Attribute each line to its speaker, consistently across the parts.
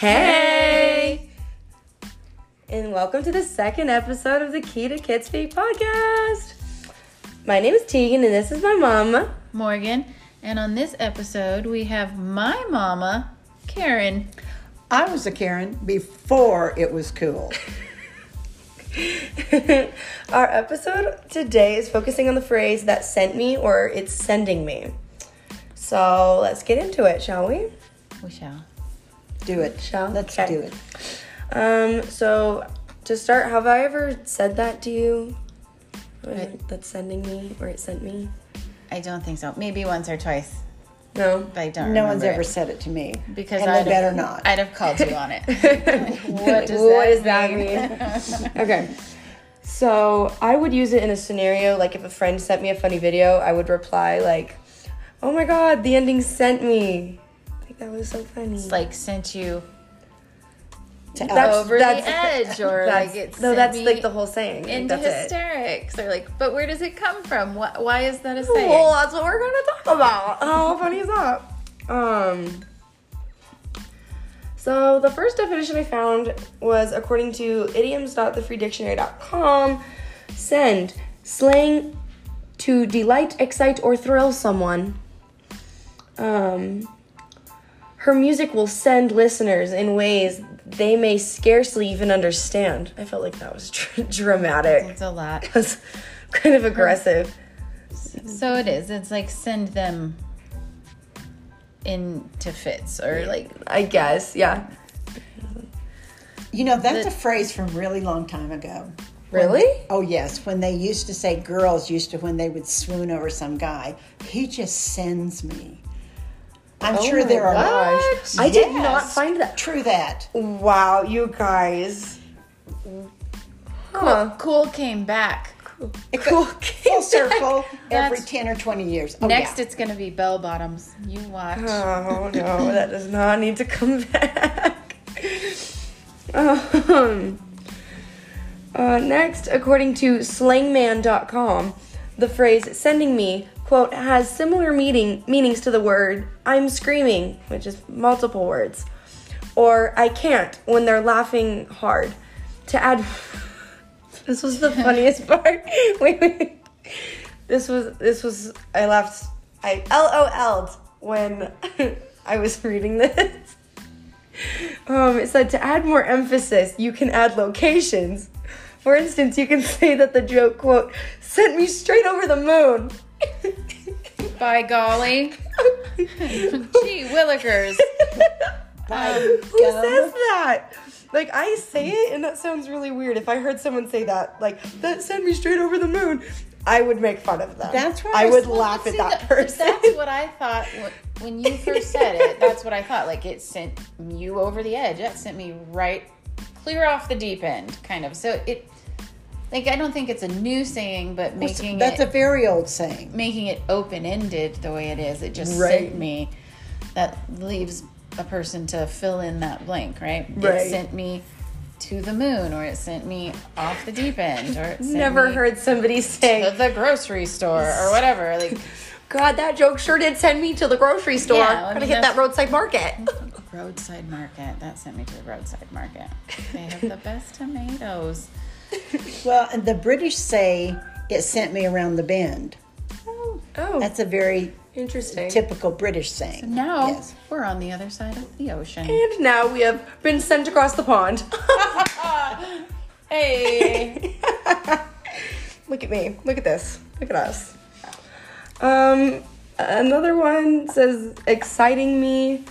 Speaker 1: Hey! And welcome to the second episode of the Key to Kids Feet podcast. My name is Tegan, and this is my mom.
Speaker 2: Morgan, and on this episode we have my mama, Karen.
Speaker 3: I was a Karen before it was cool.
Speaker 1: Our episode today is focusing on the phrase that sent me or it's sending me. So let's get into it, shall we?
Speaker 2: We shall.
Speaker 3: Do it.
Speaker 1: Shall?
Speaker 3: Let's
Speaker 1: Okay.
Speaker 3: do it.
Speaker 1: Um, so to start, have I ever said that to you? Or That's sending me or it sent me?
Speaker 2: I don't think so. Maybe once or twice,
Speaker 1: No.
Speaker 2: but I don't.
Speaker 3: No one's
Speaker 2: remember
Speaker 3: ever
Speaker 2: it.
Speaker 3: said it to me.
Speaker 2: because
Speaker 3: and
Speaker 2: I
Speaker 3: they better not.
Speaker 2: I'd have called you on it. Like, what does that
Speaker 1: okay. So I would use it in a scenario like if a friend sent me a funny video, I would reply like, "Oh my god, the ending sent me." Like that was so funny.
Speaker 2: It's like sent you
Speaker 3: To
Speaker 1: That's-
Speaker 3: out-
Speaker 2: over
Speaker 1: that's-
Speaker 2: the edge, or
Speaker 1: that's-
Speaker 2: like it's
Speaker 1: no,
Speaker 2: sent
Speaker 1: that's
Speaker 2: me
Speaker 1: like the whole saying. Like,
Speaker 2: into
Speaker 1: that's it.
Speaker 2: hysterics. They're like, but where does it come from? Why, why is that a saying?
Speaker 1: Well, that's what we're gonna talk about. How funny is that? Um. So the first definition I found was according to idioms.thefreedictionary.com, send slang to delight, excite, or thrill someone. Um. Her music will send listeners in ways they may scarcely even understand. I felt like that was dr- dramatic.
Speaker 2: it's a lot.
Speaker 1: That's kind of aggressive.
Speaker 2: So it is. It's like send them into fits, or like
Speaker 1: I guess, yeah.
Speaker 3: you know, that's a phrase from really long time ago.
Speaker 1: Really?
Speaker 3: Oh yes, when they used to say girls used to when they would swoon over some guy, he just sends me.
Speaker 2: Oh
Speaker 3: I'm sure
Speaker 1: my
Speaker 3: there are.
Speaker 1: gosh. I did not
Speaker 3: Yes.
Speaker 1: find that.
Speaker 3: True that.
Speaker 1: Wow, you guys.
Speaker 2: cool,
Speaker 1: Huh.
Speaker 2: cool came back.
Speaker 3: It
Speaker 1: Cool.
Speaker 3: goes Full circle every
Speaker 2: That's-
Speaker 3: ten or twenty years. Oh,
Speaker 2: Next,
Speaker 3: yeah.
Speaker 2: it's gonna be bell bottoms. You watch.
Speaker 1: Oh no, that does not need to come back. Um, uh, next, according to slangman.com, the phrase sending me, quote, has similar meaning, meanings to the word I'm screaming, which is multiple words, or I can't when they're laughing hard. To add, this was the funniest part. wait, wait. This was, this was, I laughed, I LOL'd when I was reading this. Um, it said to add more emphasis, you can add locations. For instance, you can say that the joke, quote, sent me straight over the moon.
Speaker 2: By golly, gee Um, willikers.
Speaker 3: By
Speaker 1: Who
Speaker 3: gum.
Speaker 1: says that? Like, I say it, and that sounds really weird. If I heard someone say that, like, that sent me straight over the moon, I would make fun of them.
Speaker 3: That's where
Speaker 1: I
Speaker 3: I
Speaker 1: would
Speaker 3: was-
Speaker 1: laugh at
Speaker 2: See,
Speaker 1: that
Speaker 2: tha-
Speaker 1: person.
Speaker 2: That's what I thought wh- when you first said it. That's what I thought. Like it sent you over the edge. That sent me right clear off the deep end, kind of. So it, like, I don't think it's a new saying, but making
Speaker 3: That's
Speaker 2: it
Speaker 3: a very old saying.
Speaker 2: making it open ended the way it is. It just
Speaker 1: Right.
Speaker 2: sent me. That leaves a person to fill in that blank, right?
Speaker 1: Right.
Speaker 2: It sent me to the moon, or it sent me off the deep end, or it sent
Speaker 1: Never
Speaker 2: me
Speaker 1: heard somebody say,
Speaker 2: to the grocery store, or whatever. Like.
Speaker 1: God, that joke sure did send me to the grocery store.
Speaker 2: Yeah, I
Speaker 1: Gotta
Speaker 2: mean,
Speaker 1: hit that
Speaker 2: that's-
Speaker 1: roadside market.
Speaker 2: Roadside market. That sent me to the roadside market. They have the best tomatoes.
Speaker 3: Well, and the British say it sent me around the bend.
Speaker 1: Oh,
Speaker 3: That's a very
Speaker 1: interesting.
Speaker 3: typical British saying.
Speaker 2: Now
Speaker 3: Yes.
Speaker 2: we're on the other side of the ocean.
Speaker 1: And now we have been sent across the pond.
Speaker 2: Hey.
Speaker 1: Look at me. Look at this. Look at us. Um, another one says exciting me.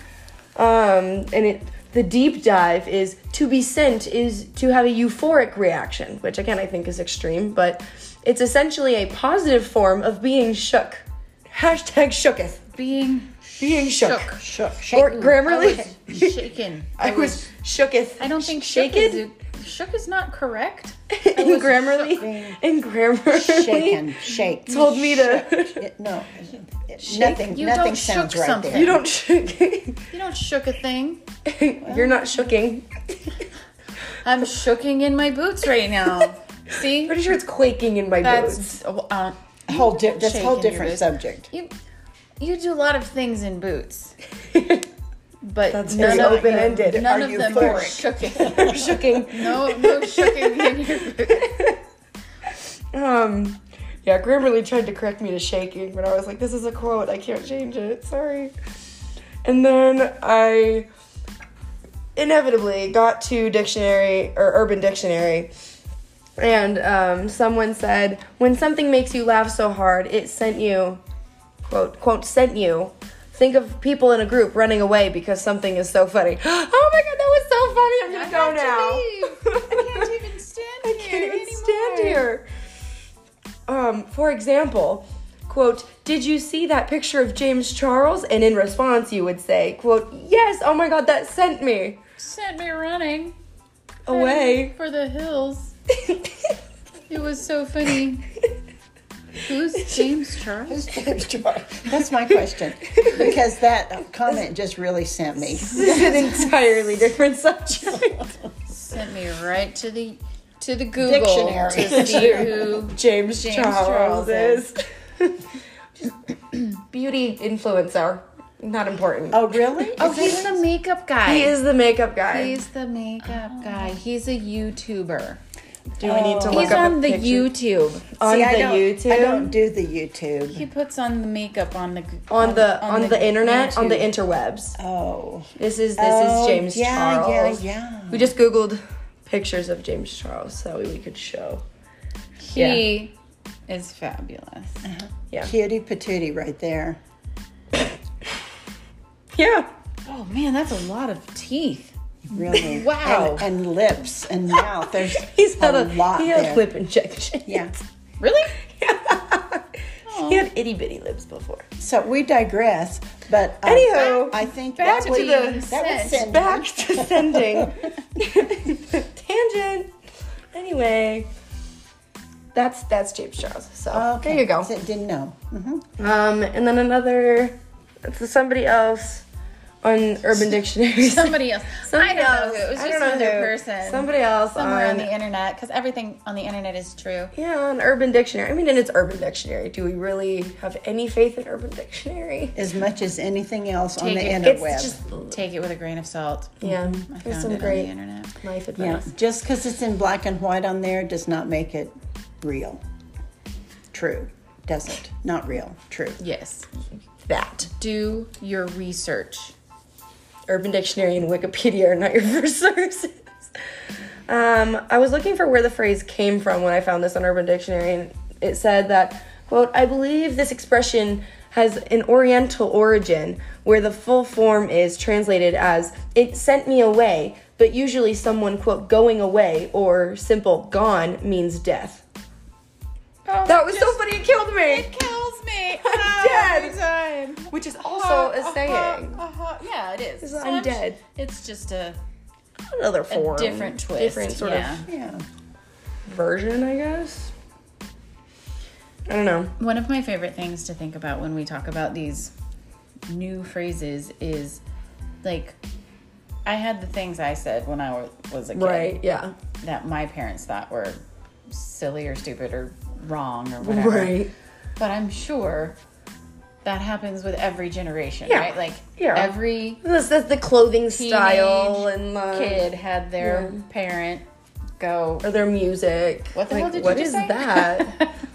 Speaker 1: Um, and it the deep dive is to be sent is to have a euphoric reaction, which again I think is extreme, but it's essentially a positive form of being shook. Hashtag shooketh.
Speaker 2: Being
Speaker 1: Being shook.
Speaker 2: Shook.
Speaker 3: Shook,
Speaker 1: Or
Speaker 3: shaken.
Speaker 1: grammarly.
Speaker 2: I was shaken.
Speaker 1: I was shooketh.
Speaker 2: I don't think shook is,
Speaker 1: shaken.
Speaker 2: a- shook is not correct.
Speaker 1: In grammarly. In grammarly.
Speaker 3: shaken, shake.
Speaker 1: Told me to.
Speaker 3: It- no, it- nothing.
Speaker 2: You
Speaker 3: nothing
Speaker 2: don't
Speaker 3: sounds
Speaker 2: shook
Speaker 3: right
Speaker 2: something.
Speaker 3: there.
Speaker 1: You don't shook.
Speaker 2: You don't shook a thing.
Speaker 1: You're not shooking.
Speaker 2: I'm shooking in my boots right now. See?
Speaker 1: Pretty sure it's quaking in my boots.
Speaker 2: That's uh,
Speaker 3: whole di- that's a whole
Speaker 2: shaking your
Speaker 3: different
Speaker 2: boots.
Speaker 3: subject.
Speaker 2: You you do a lot of things in boots. but
Speaker 1: That's
Speaker 2: none
Speaker 1: very
Speaker 2: of
Speaker 1: open
Speaker 2: them-
Speaker 1: ended.
Speaker 2: None
Speaker 3: Are
Speaker 2: of
Speaker 3: you
Speaker 2: them
Speaker 3: for
Speaker 2: were
Speaker 3: it?
Speaker 2: shooking.
Speaker 1: Shooking.
Speaker 2: no, no shooking in your boot.
Speaker 1: Um, yeah, Grammarly tried to correct me to shaking, but I was like, this is a quote. I can't change it. Sorry. And then I inevitably got to dictionary or urban dictionary and um, someone said when something makes you laugh so hard it sent you quote quote sent you think of people in a group running away because something is so funny oh my god that was so funny i'm gonna
Speaker 2: I
Speaker 1: go
Speaker 2: have to
Speaker 1: now
Speaker 2: leave. I can't even stand
Speaker 1: I can't
Speaker 2: here
Speaker 1: even
Speaker 2: anymore.
Speaker 1: stand here. Um, for example, quote, did you see that picture of James Charles? And in response, you would say, quote, yes, oh my god, that sent me
Speaker 2: Sent me running
Speaker 1: away.
Speaker 2: for the hills. It was so funny. Who's James Charles?
Speaker 3: Who's James Charles? That's my question because that comment just really sent me.
Speaker 1: this is an entirely different subject.
Speaker 2: Sent me right to the to the Google to
Speaker 3: Dictionary.
Speaker 2: see who
Speaker 1: James,
Speaker 2: James
Speaker 1: Charles,
Speaker 2: Charles
Speaker 1: is. Just beauty influencer. Not important.
Speaker 3: Oh, really?
Speaker 2: Oh, he's the makeup guy.
Speaker 1: He is the makeup guy.
Speaker 2: He's the makeup guy. He's a YouTuber.
Speaker 1: Do we need to look
Speaker 2: Oh. He's
Speaker 1: up
Speaker 2: on
Speaker 1: a
Speaker 2: the
Speaker 1: picture? on
Speaker 2: YouTube.
Speaker 3: See,
Speaker 1: the
Speaker 3: I don't,
Speaker 1: YouTube?
Speaker 3: I don't do the YouTube.
Speaker 2: He puts on the makeup on the
Speaker 1: on the on, the, internet, on the
Speaker 2: YouTube.
Speaker 1: interwebs.
Speaker 3: Oh,
Speaker 1: This is this
Speaker 3: Oh,
Speaker 1: is James
Speaker 3: yeah,
Speaker 1: Charles.
Speaker 3: yeah, yeah.
Speaker 1: We just googled pictures of James Charles so that way we could show.
Speaker 2: He is fabulous.
Speaker 3: cutie patootie right there.
Speaker 1: Yeah.
Speaker 2: Oh man, that's a lot of teeth.
Speaker 3: Really?
Speaker 2: Wow.
Speaker 3: And, and lips and mouth. There's
Speaker 1: He's had
Speaker 3: a,
Speaker 1: a,
Speaker 3: lot
Speaker 1: he had
Speaker 3: there.
Speaker 1: lip injection.
Speaker 3: Yeah.
Speaker 2: Really?
Speaker 1: he had itty bitty lips before.
Speaker 3: So we digress, but um,
Speaker 1: Anywho,
Speaker 3: I think
Speaker 1: back to
Speaker 3: that
Speaker 1: the
Speaker 3: we, that was
Speaker 2: sent.
Speaker 3: sent.
Speaker 1: Back to sending. Tangent. Anyway. That's that's James Charles. So
Speaker 3: Okay.
Speaker 1: there you go.
Speaker 3: So, didn't know. hmm
Speaker 1: Um, and then another it's somebody else on Urban Dictionary.
Speaker 2: Somebody else.
Speaker 1: Somebody
Speaker 2: I don't
Speaker 1: else.
Speaker 2: know who. It was
Speaker 1: I
Speaker 2: just
Speaker 1: don't know
Speaker 2: another
Speaker 1: who.
Speaker 2: person.
Speaker 1: Somebody else
Speaker 2: somewhere on
Speaker 1: on
Speaker 2: the internet because everything on the internet is true.
Speaker 1: Yeah, on Urban Dictionary. I mean, and it's Urban Dictionary. Do we really have any faith in Urban Dictionary?
Speaker 3: As much as anything else on
Speaker 2: Take
Speaker 3: the
Speaker 2: it.
Speaker 1: It's
Speaker 3: interweb.
Speaker 1: just
Speaker 2: Take it with a grain of salt. Mm-hmm.
Speaker 1: yeah.
Speaker 2: I found
Speaker 1: There's
Speaker 2: it
Speaker 1: some
Speaker 2: on the
Speaker 1: great
Speaker 2: internet.
Speaker 1: life
Speaker 3: yeah.
Speaker 1: advice.
Speaker 3: Just because it's in black and white on there does not make it real. True. Doesn't. Not real. True.
Speaker 2: Yes.
Speaker 1: That
Speaker 2: Do your research.
Speaker 1: Urban Dictionary and Wikipedia are not your first sources. Um, I was looking for where the phrase came from when I found this on Urban Dictionary, and it said that quote I believe this expression has an Oriental origin, where the full form is translated as "it sent me away," but usually someone quote going away or simple gone means death.
Speaker 2: Oh,
Speaker 1: That was so funny. It killed me.
Speaker 2: It kills me.
Speaker 1: I'm dead.
Speaker 2: every time.
Speaker 1: Which is also a
Speaker 2: Uh-huh,
Speaker 1: saying.
Speaker 2: uh-huh. Yeah, it is.
Speaker 1: I'm dead.
Speaker 2: It's just a
Speaker 1: Another form,
Speaker 2: different twist.
Speaker 1: different sort
Speaker 2: yeah.
Speaker 3: Yeah.
Speaker 1: of version, I guess. I don't know.
Speaker 2: One of my favorite things to think about when we talk about these new phrases is like I had the things I said when I wa- was a kid
Speaker 1: Right? Yeah.
Speaker 2: that my parents thought were silly or stupid or wrong or whatever.
Speaker 1: Right.
Speaker 2: But I'm sure that happens with every generation,
Speaker 1: Yeah.
Speaker 2: right? Like
Speaker 1: Yeah.
Speaker 2: every
Speaker 1: This is the clothing style
Speaker 2: teenage
Speaker 1: and uh, the
Speaker 2: kid had their parent go
Speaker 1: or their music.
Speaker 2: What the
Speaker 1: like,
Speaker 2: hell did
Speaker 1: what
Speaker 2: you
Speaker 1: is
Speaker 2: just say?
Speaker 1: that?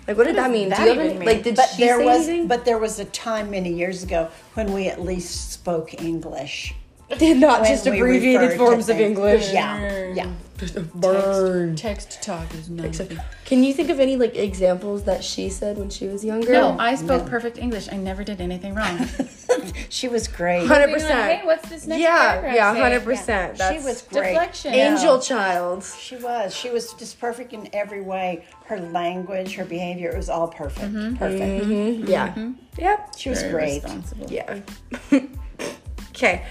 Speaker 1: Like, what did
Speaker 2: does
Speaker 1: that mean?
Speaker 2: that
Speaker 1: Do you have
Speaker 2: even
Speaker 1: any,
Speaker 2: mean?
Speaker 1: like, did
Speaker 3: But
Speaker 1: she
Speaker 3: there
Speaker 1: say
Speaker 3: was
Speaker 1: anything?
Speaker 3: but there was a time many years ago when we at least spoke English.
Speaker 1: did not
Speaker 3: when
Speaker 1: just
Speaker 3: we
Speaker 1: abbreviated
Speaker 3: referred to
Speaker 1: forms of
Speaker 3: things.
Speaker 1: English.
Speaker 3: Yeah. Yeah.
Speaker 1: Burn.
Speaker 2: text talk is nothing.
Speaker 1: Can you think of any like examples that she said when she was younger?
Speaker 2: No, I spoke perfect English. I never did anything wrong.
Speaker 3: She was great.
Speaker 1: hundred
Speaker 2: Being like,
Speaker 1: percent.
Speaker 2: Hey, what's this next
Speaker 1: Yeah,
Speaker 2: paragraph
Speaker 1: yeah,
Speaker 2: say?
Speaker 1: hundred percent.
Speaker 3: She was great.
Speaker 2: Deflection.
Speaker 1: angel child.
Speaker 2: Mm-hmm.
Speaker 3: She was. She was just perfect in every way. Her language, her behavior, it was all perfect. Perfect.
Speaker 1: Mm-hmm. Yeah.
Speaker 2: Mm-hmm.
Speaker 1: Yep.
Speaker 3: She was
Speaker 2: Very
Speaker 3: great.
Speaker 2: responsible.
Speaker 1: Yeah. okay.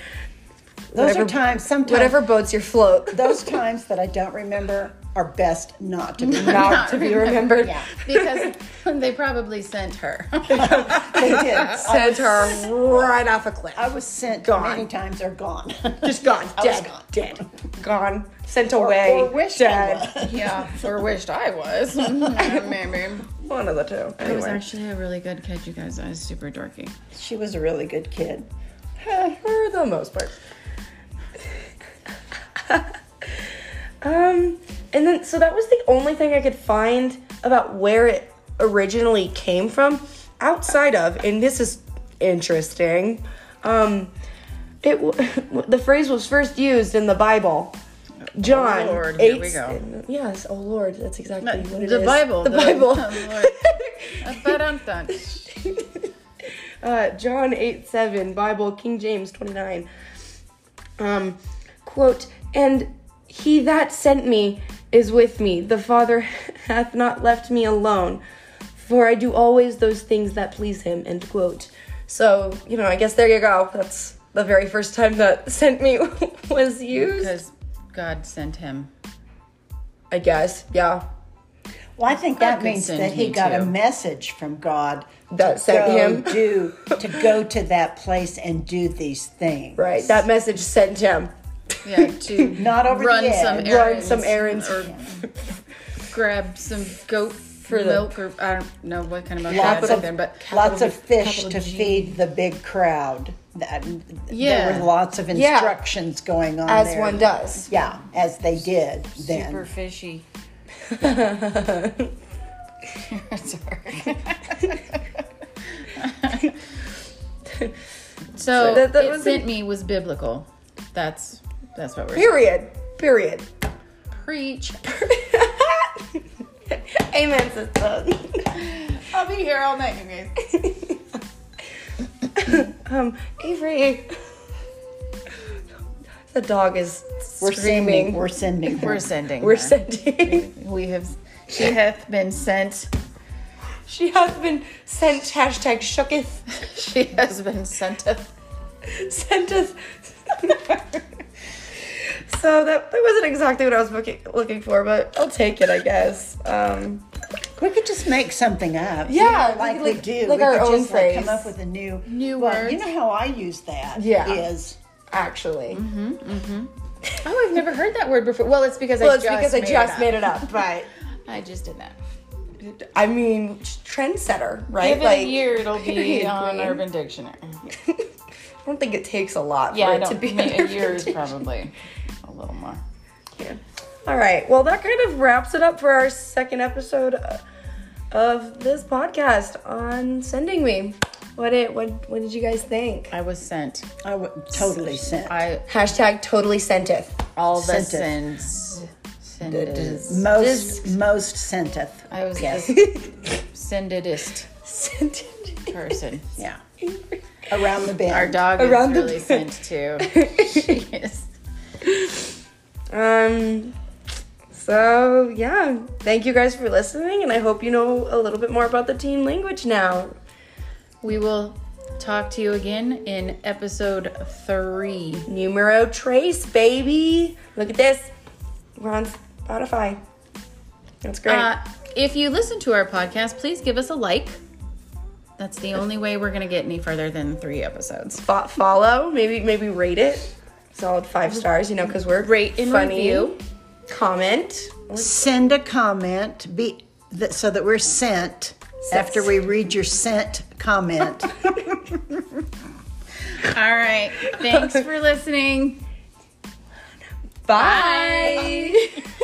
Speaker 3: Those
Speaker 1: Whatever-
Speaker 3: are times. Sometimes
Speaker 1: Whatever boats your float.
Speaker 3: those times that I don't remember are best not to be.
Speaker 1: Not to be remembered.
Speaker 3: yeah,
Speaker 2: Because they probably sent her.
Speaker 3: they did. I,
Speaker 1: Sent her right off a cliff.
Speaker 3: I was sent
Speaker 1: Gone.
Speaker 3: many times or gone.
Speaker 1: Just gone.
Speaker 3: I was
Speaker 1: Dead.
Speaker 3: gone.
Speaker 1: Dead. Gone. Sent away.
Speaker 3: or wished I
Speaker 1: dead.
Speaker 2: yeah, or wished I was. Maybe.
Speaker 1: One of the two.
Speaker 2: It was
Speaker 1: Anyway.
Speaker 2: actually a really good kid, you guys. I was super dorky.
Speaker 3: She was a really good kid.
Speaker 1: for the most part. um, and then so that was the only thing I could find about where it originally came from. Outside of, and this is interesting, um, it w- the phrase was first used in the Bible. John,
Speaker 2: Oh, Lord,
Speaker 1: eight,
Speaker 2: here we go.
Speaker 1: Yes, oh Lord, that's exactly
Speaker 2: But
Speaker 1: what it is.
Speaker 2: the Bible,
Speaker 1: The
Speaker 2: the-
Speaker 1: Bible.
Speaker 2: oh, Ba-dum-dum.
Speaker 1: uh, John 8 7, Bible, King James 29. Um, quote, and he that sent me is with me. The Father hath not left me alone, for I do always those things that please him. End quote. So, you know, I guess there you go. That's the very first time that sent me was used.
Speaker 2: Because God sent him.
Speaker 1: I guess, yeah.
Speaker 3: Well, I think that
Speaker 2: could
Speaker 3: means
Speaker 2: send
Speaker 3: that he
Speaker 2: me
Speaker 3: got a
Speaker 2: too.
Speaker 3: message from God
Speaker 1: That
Speaker 3: to
Speaker 1: sent
Speaker 3: go
Speaker 1: him.
Speaker 3: do to go to that place and do these things.
Speaker 1: Right. That message sent him.
Speaker 2: Yeah, to
Speaker 3: Not over
Speaker 2: run
Speaker 3: the
Speaker 2: some
Speaker 3: edge.
Speaker 2: errands,
Speaker 1: Run some errands.
Speaker 2: or grab some goat for
Speaker 1: the-
Speaker 2: milk, or I don't know what kind of milk
Speaker 3: Lots
Speaker 2: that would have
Speaker 3: of-
Speaker 2: been, but
Speaker 3: Lots of fish
Speaker 1: capital
Speaker 3: to
Speaker 1: G.
Speaker 3: feed the big crowd. That, There
Speaker 2: Yeah.
Speaker 3: were lots of
Speaker 1: Yeah.
Speaker 3: instructions going on
Speaker 1: As
Speaker 3: there.
Speaker 1: one does.
Speaker 3: Yeah, as they did then.
Speaker 2: super fishy. Sorry. so
Speaker 1: that- that
Speaker 2: it
Speaker 1: was
Speaker 2: sent me was biblical. That's that's what we're
Speaker 1: Period. Period.
Speaker 2: preach.
Speaker 1: Amen, sister.
Speaker 2: I'll be here all night, you guys.
Speaker 1: Um, Avery. The dog is
Speaker 3: We're sending.
Speaker 1: screaming.
Speaker 3: We're sending.
Speaker 2: We're
Speaker 3: her.
Speaker 2: sending.
Speaker 1: We're
Speaker 2: her.
Speaker 1: sending.
Speaker 2: We have. She hath been sent.
Speaker 1: she hath been sent. Hashtag shooketh.
Speaker 2: She has been senteth.
Speaker 1: Senteth. so that, that wasn't exactly what I was looking, looking for, but I'll take it, I guess. Um,
Speaker 3: We could just make something up.
Speaker 1: Yeah,
Speaker 3: you know, like
Speaker 1: like-
Speaker 3: we do.
Speaker 1: like
Speaker 3: we
Speaker 1: our
Speaker 3: could
Speaker 1: own
Speaker 3: just like
Speaker 1: phrase.
Speaker 3: come up with a new
Speaker 2: New
Speaker 3: well,
Speaker 2: word.
Speaker 3: You know how I use that?
Speaker 1: Yeah.
Speaker 3: Is
Speaker 1: actually.
Speaker 2: Oh, I've never heard that word before. Well, it's because
Speaker 1: Well,
Speaker 2: I
Speaker 1: it's
Speaker 2: just
Speaker 1: because I
Speaker 2: made
Speaker 1: just
Speaker 2: it
Speaker 1: made
Speaker 2: up.
Speaker 1: it up, but
Speaker 2: I just did that.
Speaker 1: I mean, trendsetter, right?
Speaker 2: Give it a year, it'll be
Speaker 1: period
Speaker 2: on
Speaker 1: queen.
Speaker 2: Urban Dictionary.
Speaker 1: I don't think it takes a lot
Speaker 2: Yeah,
Speaker 1: for
Speaker 2: I
Speaker 1: it
Speaker 2: don't,
Speaker 1: to be
Speaker 2: ma- a
Speaker 1: under
Speaker 2: year is
Speaker 1: 50.
Speaker 2: probably a little more.
Speaker 1: Yeah. All right. Well, that kind of wraps it up for our second episode uh, of this podcast on sending me. What it what what did you guys think?
Speaker 2: I was sent.
Speaker 3: I would totally sent.
Speaker 2: I
Speaker 1: Hashtag totally senteth.
Speaker 2: all the
Speaker 3: Senteth.
Speaker 2: sins. Sended.
Speaker 3: most most senteth.
Speaker 2: I was
Speaker 3: yes.
Speaker 2: the sendedest
Speaker 1: Senteth.
Speaker 2: person.
Speaker 3: yeah. Around the bend.
Speaker 2: Our dog
Speaker 1: Around the
Speaker 2: is really
Speaker 1: bend.
Speaker 2: sent too. she is.
Speaker 1: Um. So yeah, thank you guys for listening, and I hope you know a little bit more about the teen language now.
Speaker 2: We will talk to you again in episode three.
Speaker 1: Numero trace, baby. Look at this. We're on Spotify. That's great.
Speaker 2: Uh, if you listen to our podcast, please give us a like. That's the only way we're going to get any further than three episodes.
Speaker 1: fo- follow, maybe maybe rate it. Solid five stars, you know, because we're
Speaker 2: Rate and
Speaker 1: funny.
Speaker 2: review.
Speaker 1: Comment.
Speaker 3: Send a comment. Be that, so that we're sent. After we read your sent comment.
Speaker 2: All right. Thanks for listening.
Speaker 1: Bye.